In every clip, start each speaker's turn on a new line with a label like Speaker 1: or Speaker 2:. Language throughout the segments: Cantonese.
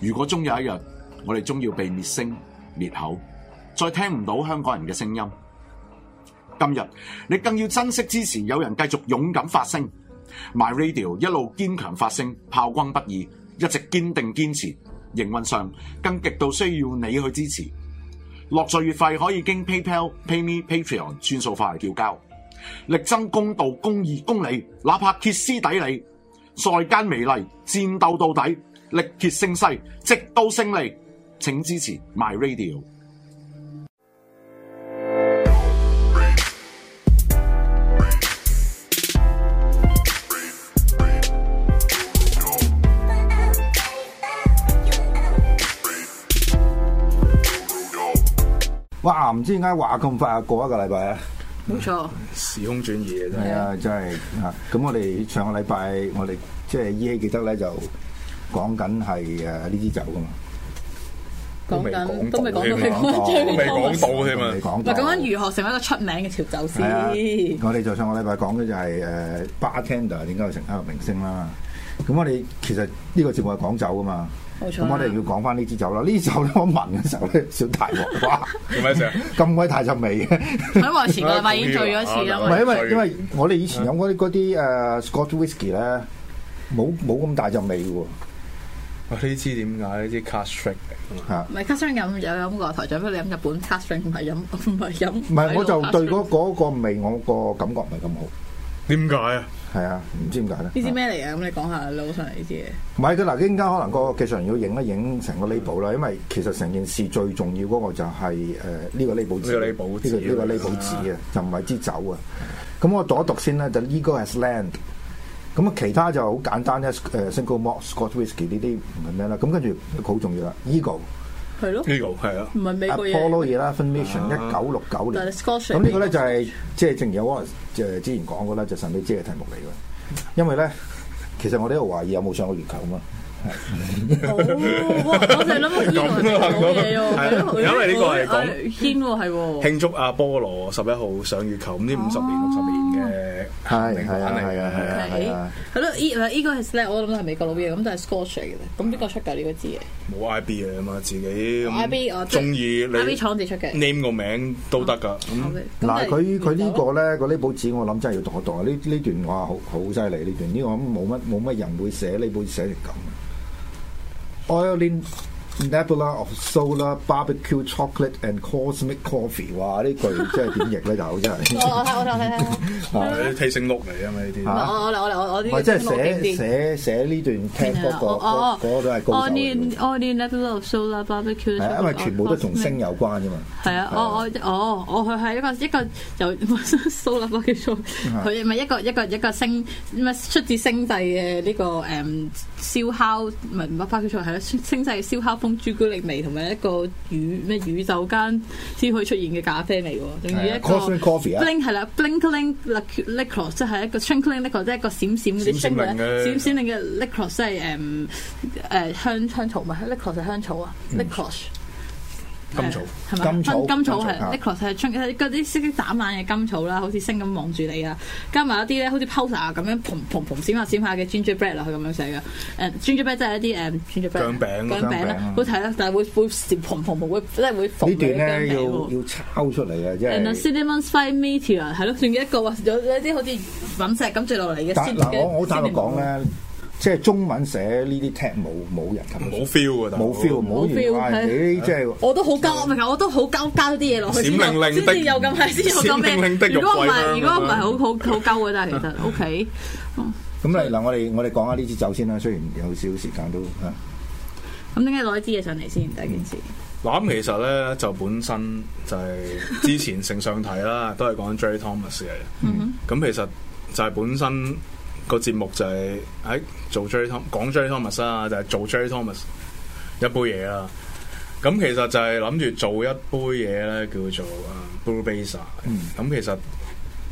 Speaker 1: 如果終有一日，我哋終要被滅聲滅口，再聽唔到香港人嘅聲音。今日你更要珍惜支持有人繼續勇敢發聲，My Radio 一路堅強發聲，炮轟不已，一直堅定堅持。營運上更極度需要你去支持。落座月費可以經 PayPal、PayMe、Patreon 轉數快嚟繳交，力爭公道、公義、公理，哪怕歇斯底里，在艱美嚟，戰鬥到底，力竭聲勢，直到勝利。請支持 My Radio。
Speaker 2: 哇！唔知點解話咁快又過一個禮拜啊！
Speaker 3: 冇錯，
Speaker 4: 時空轉移嘅真
Speaker 2: 係
Speaker 4: 係。
Speaker 2: 啊，真係啊！咁我哋上個禮拜我哋即係依稀記得咧，就講緊係誒呢支酒噶嘛，
Speaker 3: 講緊都未講到
Speaker 4: 未
Speaker 3: 你
Speaker 4: 講到
Speaker 3: 講
Speaker 4: 未講到
Speaker 2: 我
Speaker 4: 添啊
Speaker 2: 哋講
Speaker 3: 嗱，講
Speaker 2: 到。
Speaker 3: 緊如何成為一個出名嘅調酒
Speaker 2: 係啊
Speaker 3: 師，，
Speaker 2: 我哋就上個禮拜講嘅就係誒 bartender 點解會成為一個明星啦。咁我哋其實呢個節目係講酒噶嘛，
Speaker 3: 冇錯
Speaker 2: 咁我哋要講翻呢支酒啦。呢支酒咧，我聞嘅時候咧，少大鑊，哇！
Speaker 4: 做咩事啊？
Speaker 2: 咁鬼大陣味嘅。
Speaker 3: 因為我前個禮拜已經醉咗一次啦
Speaker 2: 唔
Speaker 3: 嘛
Speaker 2: 係因嗯為
Speaker 4: 醉
Speaker 2: 因為我哋以前飲嗰啲嗰啲誒 Scotch whisky 咧，冇冇咁大陣味嘅喎
Speaker 4: 哇！呢支點解呢支 cast trick 嚟㗎嘛
Speaker 2: 嚇
Speaker 3: 唔係 cast drink 飲有飲過台長，不過你飲日本 cast drink 唔係飲唔係飲。
Speaker 2: 唔係我就對
Speaker 3: 呢
Speaker 2: 嗰嗰個味，我個感覺唔係咁好，
Speaker 4: 點解啊？
Speaker 2: 係啊，唔知點解咧。
Speaker 3: 支咩嚟啊？咁你講下撈上嚟呢支嘢。
Speaker 2: 唔係佢嗱，應間可能個技術人要影一影成個 label 啦，因為其實成件事最重要嗰個就係誒呃呢個 label
Speaker 4: 呢個 label
Speaker 2: 呢個呢個
Speaker 4: 紙
Speaker 2: label 紙啊，就唔係支酒啊。咁我讀一讀先啦，就 Eagle has land。咁啊，其他就好簡單咧，誒 single malt Scotch whisky 呢啲唔係咩啦。咁跟住好重要啦，Eagle。
Speaker 3: 係咯，
Speaker 4: 呢個係啊，
Speaker 3: 唔係美國嘢。
Speaker 2: Apollo Eleven Mission 一九六九
Speaker 3: 但
Speaker 2: 年
Speaker 3: 係。Scotch
Speaker 2: 咁呢個咧就係即係正如我誒之前講過啦，就神秘之嘅題目嚟嘅。因為咧， 其實我哋喺度懷疑有冇上過月球啊嘛。
Speaker 3: 哦哇我就係諗緊呢個係好嘢喎係咯，
Speaker 4: 因為呢個係講
Speaker 3: 煙喎，係喎。
Speaker 4: 慶祝阿波羅十一號上月球，唔知五十年六十年嘅
Speaker 2: 係係啊
Speaker 4: 玩嚟
Speaker 2: 係啊係啊係啊。
Speaker 3: 係咯，依嗱依個係咧，我諗係美國佬嘢，咁但係 Scotch 嚟嘅，咁邊個出㗎呢個支嘢
Speaker 4: 冇 IB 嘅嘛，自己咁
Speaker 3: IB 我
Speaker 4: 中意
Speaker 3: ？IB
Speaker 4: 你
Speaker 3: 廠自己出嘅。
Speaker 4: name 個名都得㗎。
Speaker 3: 好
Speaker 4: 咁
Speaker 3: 嘅咁
Speaker 2: 嗱，
Speaker 3: 但係
Speaker 2: 佢佢呢
Speaker 3: 原酒
Speaker 2: 個咧個呢本紙，我諗真係要讀一啊讀。呢呢段哇，好好犀利呢段，呢個我諗冇乜冇乜人會寫呢本寫成咁。Oilin Nebula of Solar Barbecue Chocolate and Cosmic Coffee，哇！呢句真係點譯咧？就真係
Speaker 3: 我我睇我睇我睇睇。
Speaker 4: 係 tasting look 嚟啊嘛
Speaker 3: 我
Speaker 4: 呢啲。
Speaker 3: 我我我我呢
Speaker 2: 唔係即
Speaker 3: 啲
Speaker 2: 係
Speaker 3: 聽落勁
Speaker 2: 寫
Speaker 3: 啲。
Speaker 2: 寫寫呢段 t 嗰個嗰嗰個都係高手嚟
Speaker 3: On in
Speaker 2: 嘅，
Speaker 3: on in level of solar barbecue。
Speaker 2: 係啊，因為全部都同星有關啫嘛。
Speaker 3: 係啊，我我我我佢係一個一個由 solar barbecue，佢咪一個一個一個星咪出自星際嘅呢個誒燒烤唔係唔係 barbecue 係啦，星際燒烤風朱古力味同埋一個宇咩宇宙間先可以出現嘅咖啡味喎，仲要一個
Speaker 2: Cosmic Coffee 啊
Speaker 3: bling 係啦，blinkling liquor 即係一個 twinkling liquor 即係一個閃閃嗰啲
Speaker 4: 閃閃
Speaker 3: 星
Speaker 4: 靈嘅
Speaker 3: 閃閃靈嘅 liquor 即係誒誒香香草咪 liquor 就係香草啊，liquor。
Speaker 4: 金草
Speaker 3: 係咪
Speaker 2: 金草啊
Speaker 3: 金草
Speaker 2: 金草
Speaker 3: 係 necklace 係出嗰啲色色眨眼嘅金草啦，好似星咁望住你啊，加埋一啲咧好似 poster 咁樣，嘭嘭嘭閃下閃下嘅 gingerbread 啦，佢咁樣寫嘅。誒 gingerbread 即係一啲誒 gingerbread
Speaker 4: 薑
Speaker 3: 薑
Speaker 4: 餅
Speaker 2: 薑
Speaker 3: 餅
Speaker 2: 餅啊
Speaker 3: 啦，好睇啦，但係會會閃嘭嘭嘭會即係會
Speaker 2: 呢
Speaker 3: 縫
Speaker 2: 段
Speaker 3: 你
Speaker 2: 咧
Speaker 3: 嘅薑
Speaker 2: 要
Speaker 3: 餅喎。
Speaker 2: 要抄出嚟嘅，即
Speaker 3: And a
Speaker 2: 係。
Speaker 3: cinnamon spike meteor 係咯，仲有一個話有有一啲好似隕石咁墜落嚟嘅
Speaker 2: 但
Speaker 3: cinnamon-
Speaker 2: 嗱，我我坦白講
Speaker 3: cinnamon
Speaker 2: 咧，即係中文寫呢啲 t 冇冇人咁，
Speaker 4: 冇 feel 啊㗎，大佬
Speaker 2: 冇 feel，冇原話
Speaker 3: 冇 feel，係
Speaker 2: 你即係。
Speaker 3: 我都好交，唔係我都好交交啲嘢落去先有
Speaker 4: 閃靈靈的
Speaker 3: 先至有咁係，先有咁
Speaker 4: 閃靈靈的
Speaker 3: 咩？
Speaker 4: 肉
Speaker 3: 如果唔
Speaker 4: 桂香
Speaker 3: 係，
Speaker 4: 咁
Speaker 3: 如
Speaker 4: 樣
Speaker 3: 果唔係，好好好交嘅，但係其實 OK。
Speaker 2: 咁嚟嗱，我哋我哋講下呢支酒先啦，雖然有少少時間都嚇。
Speaker 3: 咁點解攞支嘢上嚟先？第一件事，
Speaker 4: 嗱，咁其實咧就本身就係之前成上睇啦， 都係講 Jerry Thomas 嘅。咁其實就係本身個節目就係喺做 Jerry Thomas 講 Jerry Thomas 啦，就係做 Jerry Thomas 一杯嘢啦。咁其實就係諗住做一杯嘢咧，叫做啊 Blue Baser。咁其實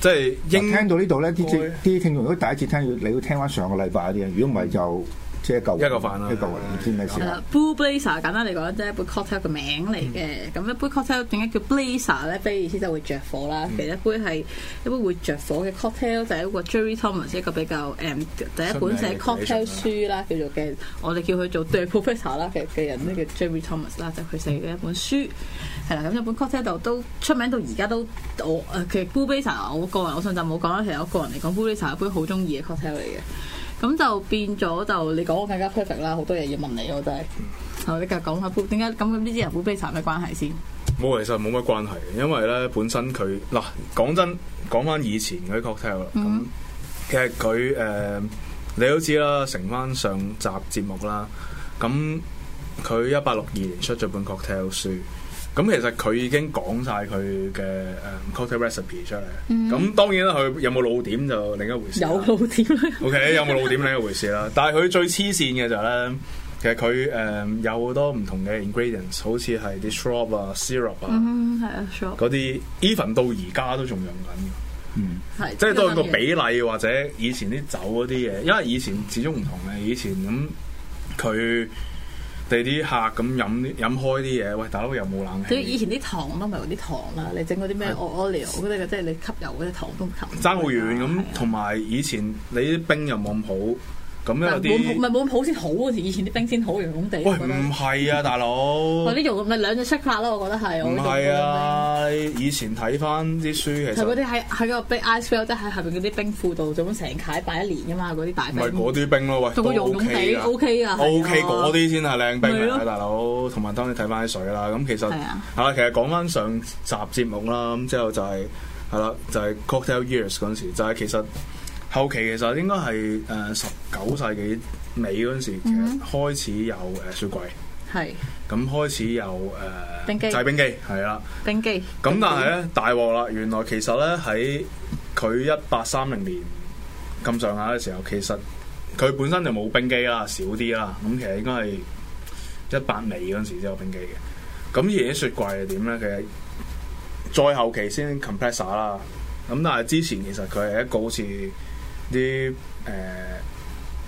Speaker 4: 即係
Speaker 2: 應嗯
Speaker 4: 應
Speaker 2: 聽到呢度咧，啲
Speaker 4: 該
Speaker 2: 啲聽眾如果第一次聽，你要聽翻上個禮拜啲嘢，如果唔係就即係一嚿
Speaker 4: 一嚿飯啦
Speaker 2: 一嚿雲唔知咩事
Speaker 3: 係啦，Blue Blazer 簡單嚟講，即係一杯 cocktail 嘅名嚟嘅。咁一杯 cocktail 點解叫 Blazer 咧？Blazer 意思就會着火啦。其實一杯係一杯會着火嘅 cocktail，就係一個 Jerry Thomas 一個比較誒、嗯第一本寫 cocktail 書啦，叫做嘅，我哋叫佢做 The Professor 啦嘅嘅人咧叫 Jerry Thomas 啦，就佢寫嘅一本書。係啦，咁日本 cocktail 就都出名到而家都我誒，其實 Blue Blazer 我個人我上集冇講啦，其實我個人嚟講 Blue Blazer 係一杯好中意嘅 cocktail 嚟嘅。咁就變咗就你講我更加 perfect 啦，好多嘢要問你我真係。好，你繼續講下 Blue 點解咁呢啲人 Blue Blazer 有咩關係先？
Speaker 4: 冇，其實冇乜關係嘅，因為咧本身佢嗱講真講翻以前嗰啲 cocktail 啦，咁、其實佢誒、呃你都知啦，成翻上集節目啦，咁佢一八六二年出咗本 cocktail 書，咁其實佢已經講晒佢嘅誒 cocktail recipe 出嚟，咁、當然啦，佢有冇露點就另一回事啦。
Speaker 3: 有露點啦，
Speaker 4: OK，有冇露點呢一回事啦？但係佢最黐線嘅就係咧，其實佢誒、有好多唔同嘅 ingredients，好似係啲 shrub 啊、syrup 啊
Speaker 3: 嗯，係啊，sure，
Speaker 4: 嗰啲，even 到而家都仲用緊嘅。
Speaker 3: 係
Speaker 4: 即係都係個比例或者以前啲酒嗰啲嘢，因為以前始終唔同嘅，以前咁佢哋啲客咁飲啲飲開啲嘢，喂大佬又冇冷
Speaker 3: 對於以
Speaker 4: 氣，
Speaker 3: 前啲糖都唔係嗰啲糖啦，你整嗰啲咩 Oreo 嗰啲，即係你吸油嗰啲糖都唔吸。
Speaker 4: 爭好遠
Speaker 3: 啊
Speaker 4: 咁，同埋以前你啲冰又冇咁好，咁
Speaker 3: 但
Speaker 4: 有
Speaker 3: 冇咁好唔
Speaker 4: 啲
Speaker 3: 係冇咁好先好嗰時，以前啲冰先好溶溶地。
Speaker 4: 喂
Speaker 3: 我覺得
Speaker 4: 唔係啊，大佬
Speaker 3: 我啲
Speaker 4: 唔
Speaker 3: 肉咪兩隻色法咯，我覺得係。我呢度
Speaker 4: 係啊，以前睇翻啲書其
Speaker 3: 係嗰
Speaker 4: 實
Speaker 3: 啲喺喺個 big ice well，即係下邊嗰啲冰庫度，做咁成塊擺一年噶嘛，嗰啲大
Speaker 4: 唔
Speaker 3: 冰。
Speaker 4: 係嗰啲冰咯，喂
Speaker 3: 仲
Speaker 4: 都
Speaker 3: 會溶溶
Speaker 4: OK
Speaker 3: 地
Speaker 4: 㗎
Speaker 3: ，OK 啊
Speaker 4: O K 嗰啲先係靚冰
Speaker 3: 咪
Speaker 4: 嚟
Speaker 3: 咯
Speaker 4: 嘅，大佬。同埋當然睇翻啲水啦。咁其實
Speaker 3: 係啊
Speaker 4: 係啦，其實講翻上集節目啦，咁之後就係係啦，就係 cocktail years 嗰陣時，就係其實後期其實應該係誒十九世紀尾嗰陣時，
Speaker 3: 嗯
Speaker 4: 其實開始有誒雪櫃，
Speaker 3: 係
Speaker 4: 咁開始有
Speaker 3: 冰機
Speaker 4: 誒製冰機，係啦。
Speaker 3: 冰機。
Speaker 4: 咁但係咧大鑊啦，原來其實咧喺佢一八三零年咁上下嘅時候，其實佢本身就冇冰機啦，少啲啦。咁其實應該係一八尾嗰陣時先有冰機嘅。咁而啲雪櫃係點咧？其實再後期先 compressor 啦。咁但係之前其實佢係一個好似啲誒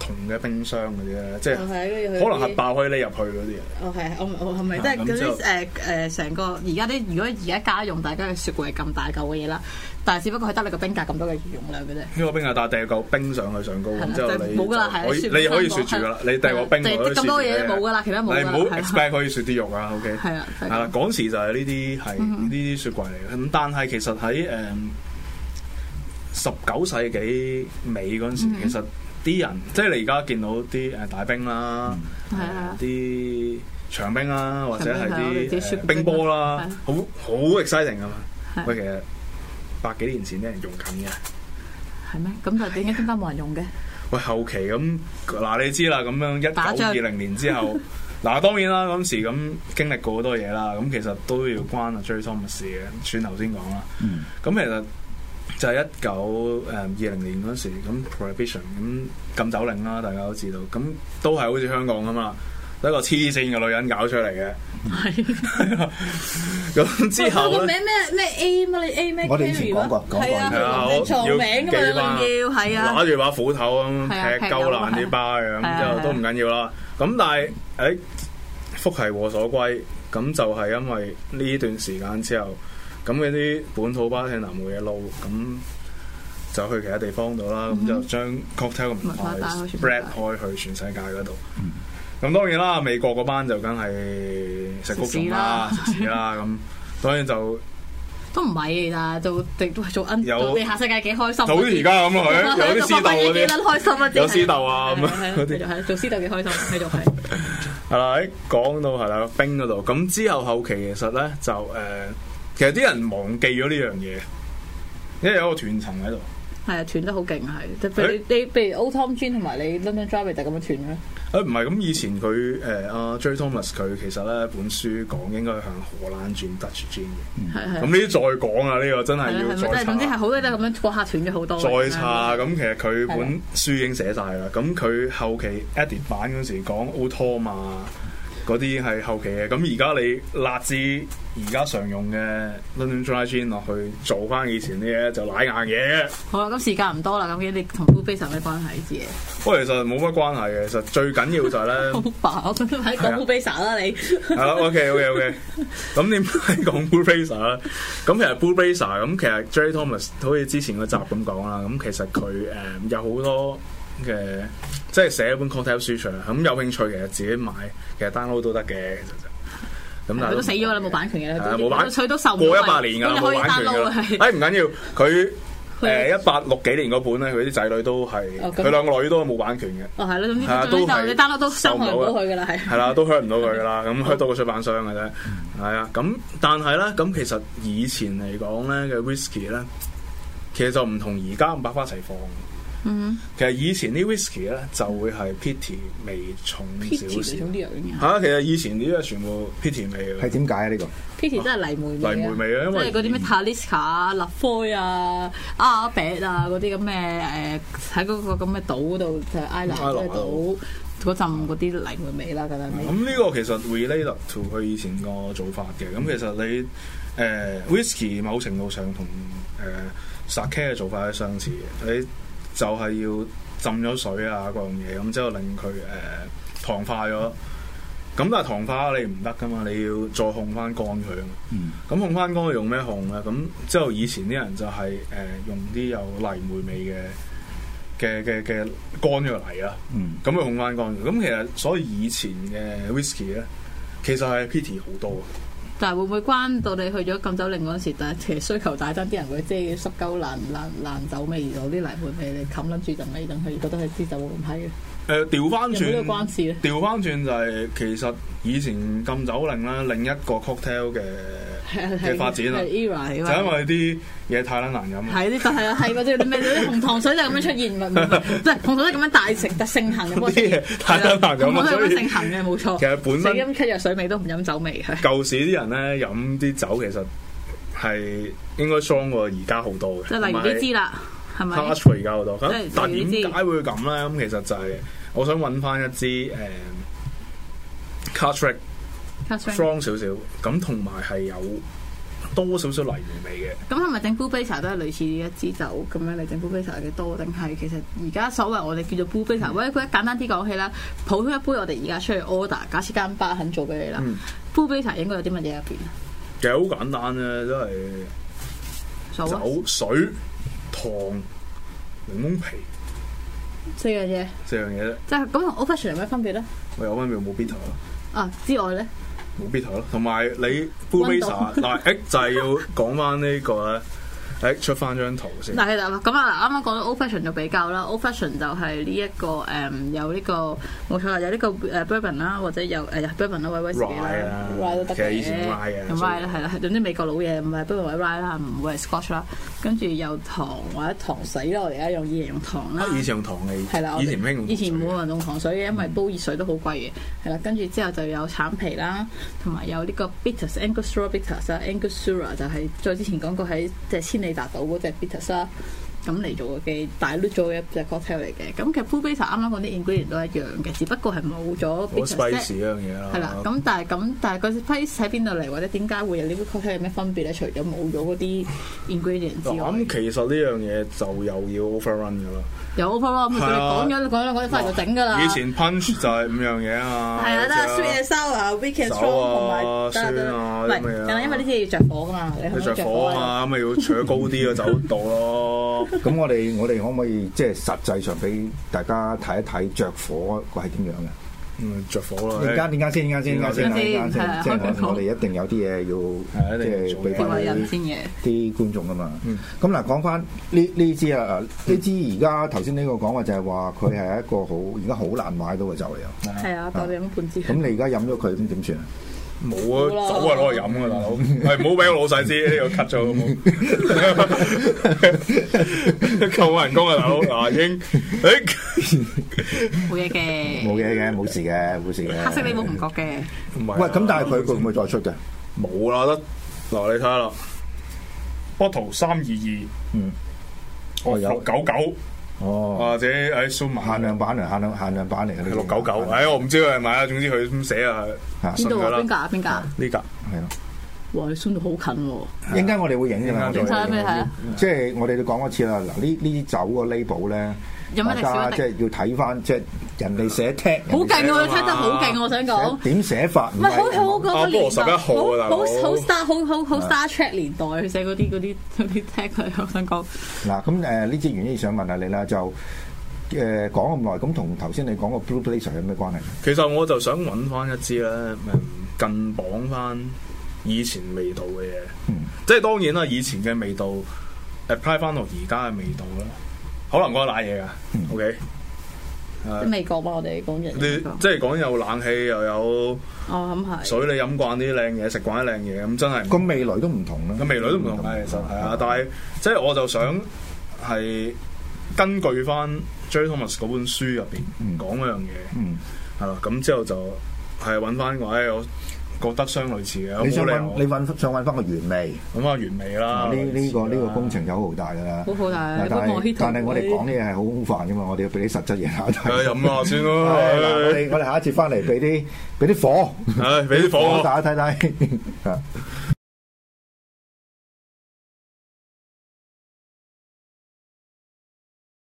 Speaker 4: 銅嘅冰箱嗰啲咧，即係
Speaker 3: 我睇佢
Speaker 4: 可能係爆開匿入去嗰啲嘢。
Speaker 3: 我係我我係咪即係
Speaker 4: 啊咁
Speaker 3: 嗰
Speaker 4: 之後
Speaker 3: 啲誒誒成個而家啲如果而家家用大家嘅雪櫃係咁大嚿嘅嘢啦，但係只不過係得你個冰格咁多嘅容量嘅啫。
Speaker 4: 呢個冰啊，但係掟嚿冰上去上高，
Speaker 3: 係啦
Speaker 4: 然之後
Speaker 3: 就
Speaker 4: 你
Speaker 3: 冇㗎啦
Speaker 4: 就
Speaker 3: 係啦啊
Speaker 4: 可以
Speaker 3: 雪
Speaker 4: 你可以
Speaker 3: 冰
Speaker 4: 雪住㗎啦，你掟個
Speaker 3: 係啊
Speaker 4: 冰
Speaker 3: 掟
Speaker 4: 落去
Speaker 3: 咁多嘢都冇㗎啦其
Speaker 4: 雪
Speaker 3: 他
Speaker 4: 住
Speaker 3: 冇㗎
Speaker 4: 你
Speaker 3: 啦
Speaker 4: 唔好
Speaker 3: 係啦啊
Speaker 4: expect 可以雪啲肉啊，OK？
Speaker 3: 係啦就係咁嗯
Speaker 4: 係啦，嗰時就係呢啲係呢啲雪櫃嚟嘅，咁但係其實喺誒十九世紀尾嗰陣
Speaker 3: 嗯
Speaker 4: 時，其實啲人即係你而家見到啲誒大冰啦，
Speaker 3: 係啊
Speaker 4: 誒啲長冰啦，或者係
Speaker 3: 長冰係啊我哋
Speaker 4: 啲
Speaker 3: 叫雪
Speaker 4: 誒冰波啦，好
Speaker 3: 冰
Speaker 4: 好 exciting 㗎嘛
Speaker 3: 係！
Speaker 4: 喂，其實百幾年前啲人用緊嘅。
Speaker 3: 係咩？咁就點解點解冇人用嘅？
Speaker 4: 喂，後期咁嗱，你知啦，咁樣
Speaker 3: 打
Speaker 4: 一九
Speaker 3: 仗
Speaker 4: 二零年 之後，嗱當然啦，嗰時咁經歷過好多嘢啦，咁其實都要關啊 J. Thomas 事嘅，轉頭先講啦。
Speaker 3: 嗯
Speaker 4: 咁、其實就係一九誒二零年嗰時，咁 prohibition 咁禁酒令啦，大家都知道，咁都係好似香港咁啦，一個黐線嘅女人搞出嚟嘅。 咁之後
Speaker 3: 個
Speaker 4: 咧
Speaker 3: 名。咩咩 A 乜你 A 咩？
Speaker 2: 我哋以前講過講過
Speaker 3: 係啊，
Speaker 4: 係啊
Speaker 3: 你做名㗎嘛，要係啊。
Speaker 4: 攞住把斧頭咁
Speaker 3: 係啊
Speaker 4: 劈鳩爛啲巴嘅，
Speaker 3: 係啊係啊啊
Speaker 4: 咁就都唔緊要啦。咁但係誒福係禍所歸，咁就係因為呢段時間之後，咁嗰啲本土巴聽男冇嘢撈，咁就去其他地方度啦，咁就將 cocktail 嘅文化
Speaker 3: 嗯文化帶去全世界
Speaker 4: spread 開去全世界嗰度。咁當然啦，美國嗰班就梗係食谷種啦、食屎啦，咁當 然就
Speaker 3: 都唔係㗎，做地做 N
Speaker 4: 有
Speaker 3: 做地下世界幾開心啊。
Speaker 4: 就好似 而家咁
Speaker 3: 係
Speaker 4: 啦，
Speaker 3: 啊
Speaker 4: 佢有啲私鬥
Speaker 3: 做
Speaker 4: 嗰
Speaker 3: 乜嘢幾
Speaker 4: 啲
Speaker 3: 撚。開心啊！
Speaker 4: 有私鬥啊咁
Speaker 3: 係
Speaker 4: 嗰
Speaker 3: 係
Speaker 4: 啲
Speaker 3: 繼續係做私鬥幾開心，繼續係。
Speaker 4: 係啦，喺講到係啦冰嗰度，咁之後後期其實咧就誒、呃其實啲人忘記咗呢樣嘢，因為有一個斷層喺度。
Speaker 3: 係啊，斷得好勁啊，係。即係譬如你，你譬如 Old Tom Gin 同埋你 London Dry 咪就咁樣斷嘅。
Speaker 4: 誒唔係咁，呃啊以前佢誒阿 J. Thomas 佢其實咧本書講應該係向荷蘭轉 Dutch gin 嘅，
Speaker 3: 係
Speaker 4: 咁
Speaker 3: 係。
Speaker 4: 呢啲再講啊，呢、個真係
Speaker 3: 係啦，
Speaker 4: 要
Speaker 3: 係咪真
Speaker 4: 再
Speaker 3: 係？總之係
Speaker 4: 查。
Speaker 3: 好多都係咁樣，個客斷咗好多。
Speaker 4: 再查咁，其實
Speaker 3: 係
Speaker 4: 佢
Speaker 3: 啦
Speaker 4: 本書已經寫晒啦。咁佢後期 edit 版嗰時講 Old Tom 啊，嗰啲係後期嘅。咁而家你辣至而家常用嘅 London Dry Gin 落去做翻以前啲嘢，就奶硬嘢。
Speaker 3: 好啊啦，咁時間唔多啦，咁你同 Blue Base 有咩關係啲嘢？
Speaker 4: 不過其實冇乜關係嘅，其實最緊要就係咧
Speaker 3: 好。煩，我覺得喺講 Blue Base 啦，你
Speaker 4: 嗯係啊啦，OK OK OK。咁點解講 Blue Blazer 啦？咁其實 Blue Blazer 咁其實 Jerry Thomas 好似之前嗰集咁講啦，咁其實佢誒、有好多嘅即係寫一本 cocktail 書出嚟，咁有興趣其實自己買，其實 download 都得嘅，其實就咁但係
Speaker 3: 佢都死咗啦，冇版權嘅啦
Speaker 4: 係啊，冇版，
Speaker 3: 佢都受唔
Speaker 4: 過
Speaker 3: 到
Speaker 4: 一百
Speaker 3: 咁
Speaker 4: 年㗎啦，
Speaker 3: 你可
Speaker 4: 冇
Speaker 3: 以
Speaker 4: 版權
Speaker 3: download
Speaker 4: 㗎
Speaker 3: 啦
Speaker 4: 啦。哎
Speaker 3: 係
Speaker 4: 誒唔緊要，佢
Speaker 3: 佢
Speaker 4: 誒一八六幾年嗰本咧，佢啲仔女都係
Speaker 3: 哦咁
Speaker 4: 佢兩個女都冇版權嘅。
Speaker 3: 哦係啦，總之
Speaker 4: 係啊
Speaker 3: 總之
Speaker 4: 都係
Speaker 3: 就你 download 都傷害唔到佢㗎啦，係。
Speaker 4: 啊係啦，都 hurt 唔到佢噶啦，咁 hurt 到個出版商嘅啫。係啊，咁但係咧，咁其實以前嚟講咧嘅 whisky 咧，其實就唔同而家咁百花齊放。
Speaker 3: 嗯
Speaker 4: 其實以前啲 whisky 咧就會係 pity 味重少
Speaker 3: ，Pitty
Speaker 4: 少。
Speaker 3: 呢樣嘢
Speaker 4: 嚇、其實以前啲嘢全部 pity 味
Speaker 2: 係
Speaker 4: 嘅，
Speaker 2: 點解啊？呢個
Speaker 3: ，Pitty 真係泥煤
Speaker 4: 泥梅
Speaker 3: 味啊。
Speaker 4: 味啊，因
Speaker 3: 即
Speaker 4: 為
Speaker 3: 係嗰啲咩 Talisker 啊、立科啊、阿比啊嗰啲咁嘅誒，喺嗰個咁嘅島度就 Island 嘅島嗰陣嗰啲泥煤味啦，咁樣味
Speaker 4: 咁呢個其實 relate to 佢以前個做法嘅。咁其實你誒、whisky 某程度上同誒 sake 嘅做法係相似嘅。你就係要浸咗水啊嗰樣嘢，咁之後令佢誒、糖化咗。咁但係糖化你唔得噶嘛，你要再控翻乾佢啊嘛。咁控翻乾用咩控咧？咁之後以前啲人就係、誒、用啲有泥煤味嘅嘅嘅嘅乾咗嘅泥啦。
Speaker 2: 嗯
Speaker 4: 咁佢控翻乾嘅。咁其實所以以前嘅 whisky 咧，其實係 pity 好多啊嘅。
Speaker 3: 但係會唔會關到你去咗禁酒令嗰陣時，但係其實需求大增，啲人會遮嘅濕鳩爛爛爛酒味，而有啲泥煤味，你冚撚住陣味，等佢覺得佢支酒咁閪嘅，
Speaker 4: 誒呃調翻
Speaker 3: 有冇呢個關
Speaker 4: 轉，
Speaker 3: 事咧？
Speaker 4: 調翻轉就係其實以前禁酒令啦，另一個 cocktail 嘅嘅發展啊
Speaker 3: 係 era 嚟㗎
Speaker 4: 就
Speaker 3: 嘛
Speaker 4: 因為啲嘢太撚難飲啊。
Speaker 3: 係啲就係啊，係嗰啲咩啲紅糖水就咁樣出現，唔係唔係 唔係紅糖水咁樣大成特盛行嘅，
Speaker 4: 啲嘢 太得閒飲啦
Speaker 3: 紅糖水
Speaker 4: 所
Speaker 3: 咁
Speaker 4: 以
Speaker 3: 樣盛行嘅，冇錯。
Speaker 4: 其實本身
Speaker 3: 死飲咳藥水味都唔飲酒味嘅，
Speaker 4: 舊時啲人咧飲啲酒其實係應該 strong 過而家好多嘅，
Speaker 3: 即係例如呢支啦，係咪？
Speaker 4: Touch 而家好多。咁
Speaker 3: 即係
Speaker 4: 但
Speaker 3: 例如呢
Speaker 4: 點
Speaker 3: 支
Speaker 4: 解會咁咧？咁其實就係我想揾翻一支誒 c a t r i c
Speaker 3: Cask strength
Speaker 4: strong 少少，咁同埋係有多少少泥魚味嘅。
Speaker 3: 咁係咪整 Blue Beta 都係類似一支酒咁樣嚟整 Blue Beta 嘅多？定係其實而家所謂我哋叫做 Blue Beta，或者
Speaker 4: 嗯
Speaker 3: 佢簡單啲講起啦，普通一杯我哋而家出去 order，假設間巴肯做俾你啦
Speaker 4: 嗯
Speaker 3: ，Blue Beta 應該有啲乜嘢入邊啊？
Speaker 4: 其實好簡單啫，都係
Speaker 3: 數啊，
Speaker 4: 酒、水、糖、檸檬皮
Speaker 3: 四樣嘢，
Speaker 4: 四樣嘢啫。
Speaker 3: 即係咁同 o p e r a t i o n 有咩分別咧？
Speaker 4: 我有分別冇 bitter 咯，
Speaker 3: 啊，之外咧？
Speaker 4: 冇 bitter 咯，同埋你 blue b a s e
Speaker 3: 溫
Speaker 4: 嗱，誒就係要講翻呢個咧。誒出翻張圖先，
Speaker 3: 嗱，其實咁啊，啱啱講到 old fashion 就比較啦，old fashion 就係呢一個誒、有呢、個冇錯啦，有呢個誒 bourbon 啦，或者有誒 bourbon 啦，威威士忌啦
Speaker 4: Rye 啦
Speaker 3: ，rye 都得嘅。
Speaker 4: 其實以前 rye 啊嘅
Speaker 3: 咁
Speaker 4: 所以
Speaker 3: rye 啦，係啦，總之美國佬嘢唔係 bourbon 或者 rye 啦，唔會係 scotch 啦，跟住有糖或者糖水啦，我哋而家用以前用糖啦。
Speaker 4: 啊以前用糖嘅，
Speaker 3: 係啦，我哋
Speaker 4: 以前唔興用糖
Speaker 3: 以
Speaker 4: 水
Speaker 3: 前冇人啊用糖水嘅，因為煲熱水都好貴嘅。係啦，跟住之後就有橙皮啦，同埋有呢個 bitters angostura bitters 啊，angostura 就係再之前講過喺即係千里達島嗰只 bitters 啦。咁嚟做嘅 dilute 咗嘅一隻 cocktail 嚟嘅，咁其實 blue beta 啱啱講啲 ingredient 都一樣嘅，只不過係冇咗
Speaker 4: 冇
Speaker 3: bitters 啫
Speaker 4: spice 啊嗰樣嘢啦。
Speaker 3: 係啦，咁但係咁但係嗰啲 spice 喺邊度嚟，或者點解會有呢個 cocktail 有咩分別咧？除咗冇咗嗰啲 ingredient 之
Speaker 4: 嗱
Speaker 3: 外
Speaker 4: 咁，其實呢樣嘢就又要 overrun 噶啦。
Speaker 3: 有 overall 咁佢哋
Speaker 4: 係啊
Speaker 3: 講咗講咗講咗翻嚟就整㗎啦。
Speaker 4: 以前 punch 就係五樣嘢啊嘛。
Speaker 3: 啊係啊，得
Speaker 4: 即
Speaker 3: sweet and sour 啊、weekend strong 同埋
Speaker 4: 酒啊
Speaker 3: 得
Speaker 4: 酸啊
Speaker 3: 唔
Speaker 4: 啲咩啊
Speaker 3: 係，但係因為呢啲嘢要着火噶嘛，
Speaker 4: 你
Speaker 3: 你
Speaker 4: 着火啊嘛，咁咪要扯高啲個酒度 咯。
Speaker 2: 咁我哋我哋可唔可以即係實際上俾大家睇一睇着火個係點樣嘅？
Speaker 4: 嗯，着火啦。
Speaker 2: 點解點解先？點解先？點解先？點解先？即係我我哋一定有啲嘢要即係俾
Speaker 3: 調埋
Speaker 2: 翻
Speaker 3: 人先嘅。
Speaker 2: 啲觀眾啊嘛。咁嗱，講翻呢呢支啊，呢支而家頭先呢個講話就係話佢係一個好而家好難買到嘅酒嚟啊。
Speaker 3: 係啊，代你咁半支。
Speaker 2: 咁你而家飲咗佢咁點算啊？
Speaker 4: 冇啊，酒係攞嚟飲噶，大佬。哎係唔好俾我老細知呢個 cut 咗好 冇？扣我人工啊，大佬。嗱，已經哎誒
Speaker 3: 冇嘢嘅，
Speaker 2: 冇嘢嘅，冇事嘅，冇事嘅。
Speaker 3: 黑色你冇唔覺嘅。
Speaker 4: 唔係啊
Speaker 2: 喂，咁但係佢會唔會再出嘅？
Speaker 4: 冇啦，得嗱，你睇下啦。bottle 三二二，
Speaker 2: 嗯，
Speaker 4: 我
Speaker 2: 有
Speaker 4: 六九九，
Speaker 2: 哦，啊
Speaker 4: 或者喺 s u m
Speaker 2: 限量版嚟，限量限量版嚟嘅呢
Speaker 4: 六
Speaker 2: 啲
Speaker 4: 九九，唉，我唔知佢係咪啊，總之佢咁寫啊，
Speaker 2: 嚇
Speaker 3: 邊
Speaker 4: 信
Speaker 3: 度
Speaker 4: 㗎
Speaker 3: 啊？
Speaker 4: 啦
Speaker 3: 邊格啊？邊格啊？
Speaker 4: 呢格
Speaker 2: 係咯。
Speaker 3: 哇！你酸到好近喎，
Speaker 2: 一陣間我哋會影㗎啦，
Speaker 4: 一陣間
Speaker 3: 影晒俾你睇啊！
Speaker 2: 即係我哋都講過一次啦，嗱呢呢啲酒個 label 咧，
Speaker 3: 有咩歷史
Speaker 2: 大家
Speaker 3: 一
Speaker 2: 即
Speaker 3: 定
Speaker 2: 係要睇翻，即係人哋寫 tag，
Speaker 3: 好勁喎！
Speaker 4: 啊
Speaker 3: 你聽得好勁喎，我想講
Speaker 2: 寫。點寫法，唔
Speaker 3: 唔係好好嗰
Speaker 4: 啊
Speaker 3: 個年代，
Speaker 4: 菠蘿11號啊大佬
Speaker 3: 好好 Star 好好好 Star Trek 年代，佢寫嗰啲嗰啲嗰啲 tag 佢， 我想講
Speaker 2: 嗱，咁誒呢支原因想問下你啦，就誒講咁耐，咁同頭先你講個 Blue Blazer 有咩關係？
Speaker 4: 其實我就想揾翻一支咧，嗯近綁翻以前味道嘅嘢，
Speaker 2: 嗯
Speaker 4: 即係當然啦，以前嘅味道 apply 翻到而家嘅味道啦，可能我賴嘢噶，OK，誒
Speaker 3: 美國嘛，我哋講人
Speaker 4: 你即係講有冷氣又有
Speaker 3: 哦咁係，
Speaker 4: 水，你飲慣啲靚嘢，食慣啲靚嘢，咁真係唔
Speaker 2: 個味蕾都唔同啦，
Speaker 4: 個味蕾都唔同嘅，其實係
Speaker 2: 嗯
Speaker 4: 啊，但係即係我就想係根據翻 J. Thomas 嗰本書入邊
Speaker 2: 嗯
Speaker 4: 講嗰樣嘢，
Speaker 2: 嗯，
Speaker 4: 係啦，咁之後就係揾翻個，誒，我覺得相類似嘅，
Speaker 2: 你
Speaker 4: 冇
Speaker 2: 想
Speaker 4: 理
Speaker 2: 揾你
Speaker 4: 由
Speaker 2: 揾想揾翻個原味，
Speaker 4: 揾翻原味啦。啊
Speaker 2: 呢呢個
Speaker 4: 類似
Speaker 2: 呢個
Speaker 4: 啦
Speaker 2: 工程有好大噶啦。
Speaker 3: 好好啦，
Speaker 2: 但
Speaker 3: 不過
Speaker 2: 係但係我哋講嘢係好空泛噶嘛，我哋要俾啲實質嘢下睇。
Speaker 4: 係啊飲下先
Speaker 2: 係嗱我
Speaker 4: 咯，
Speaker 2: 哋我哋下一節翻嚟俾啲俾啲火
Speaker 4: 唉，俾啲火
Speaker 2: 火
Speaker 4: 我。
Speaker 2: 大家睇睇。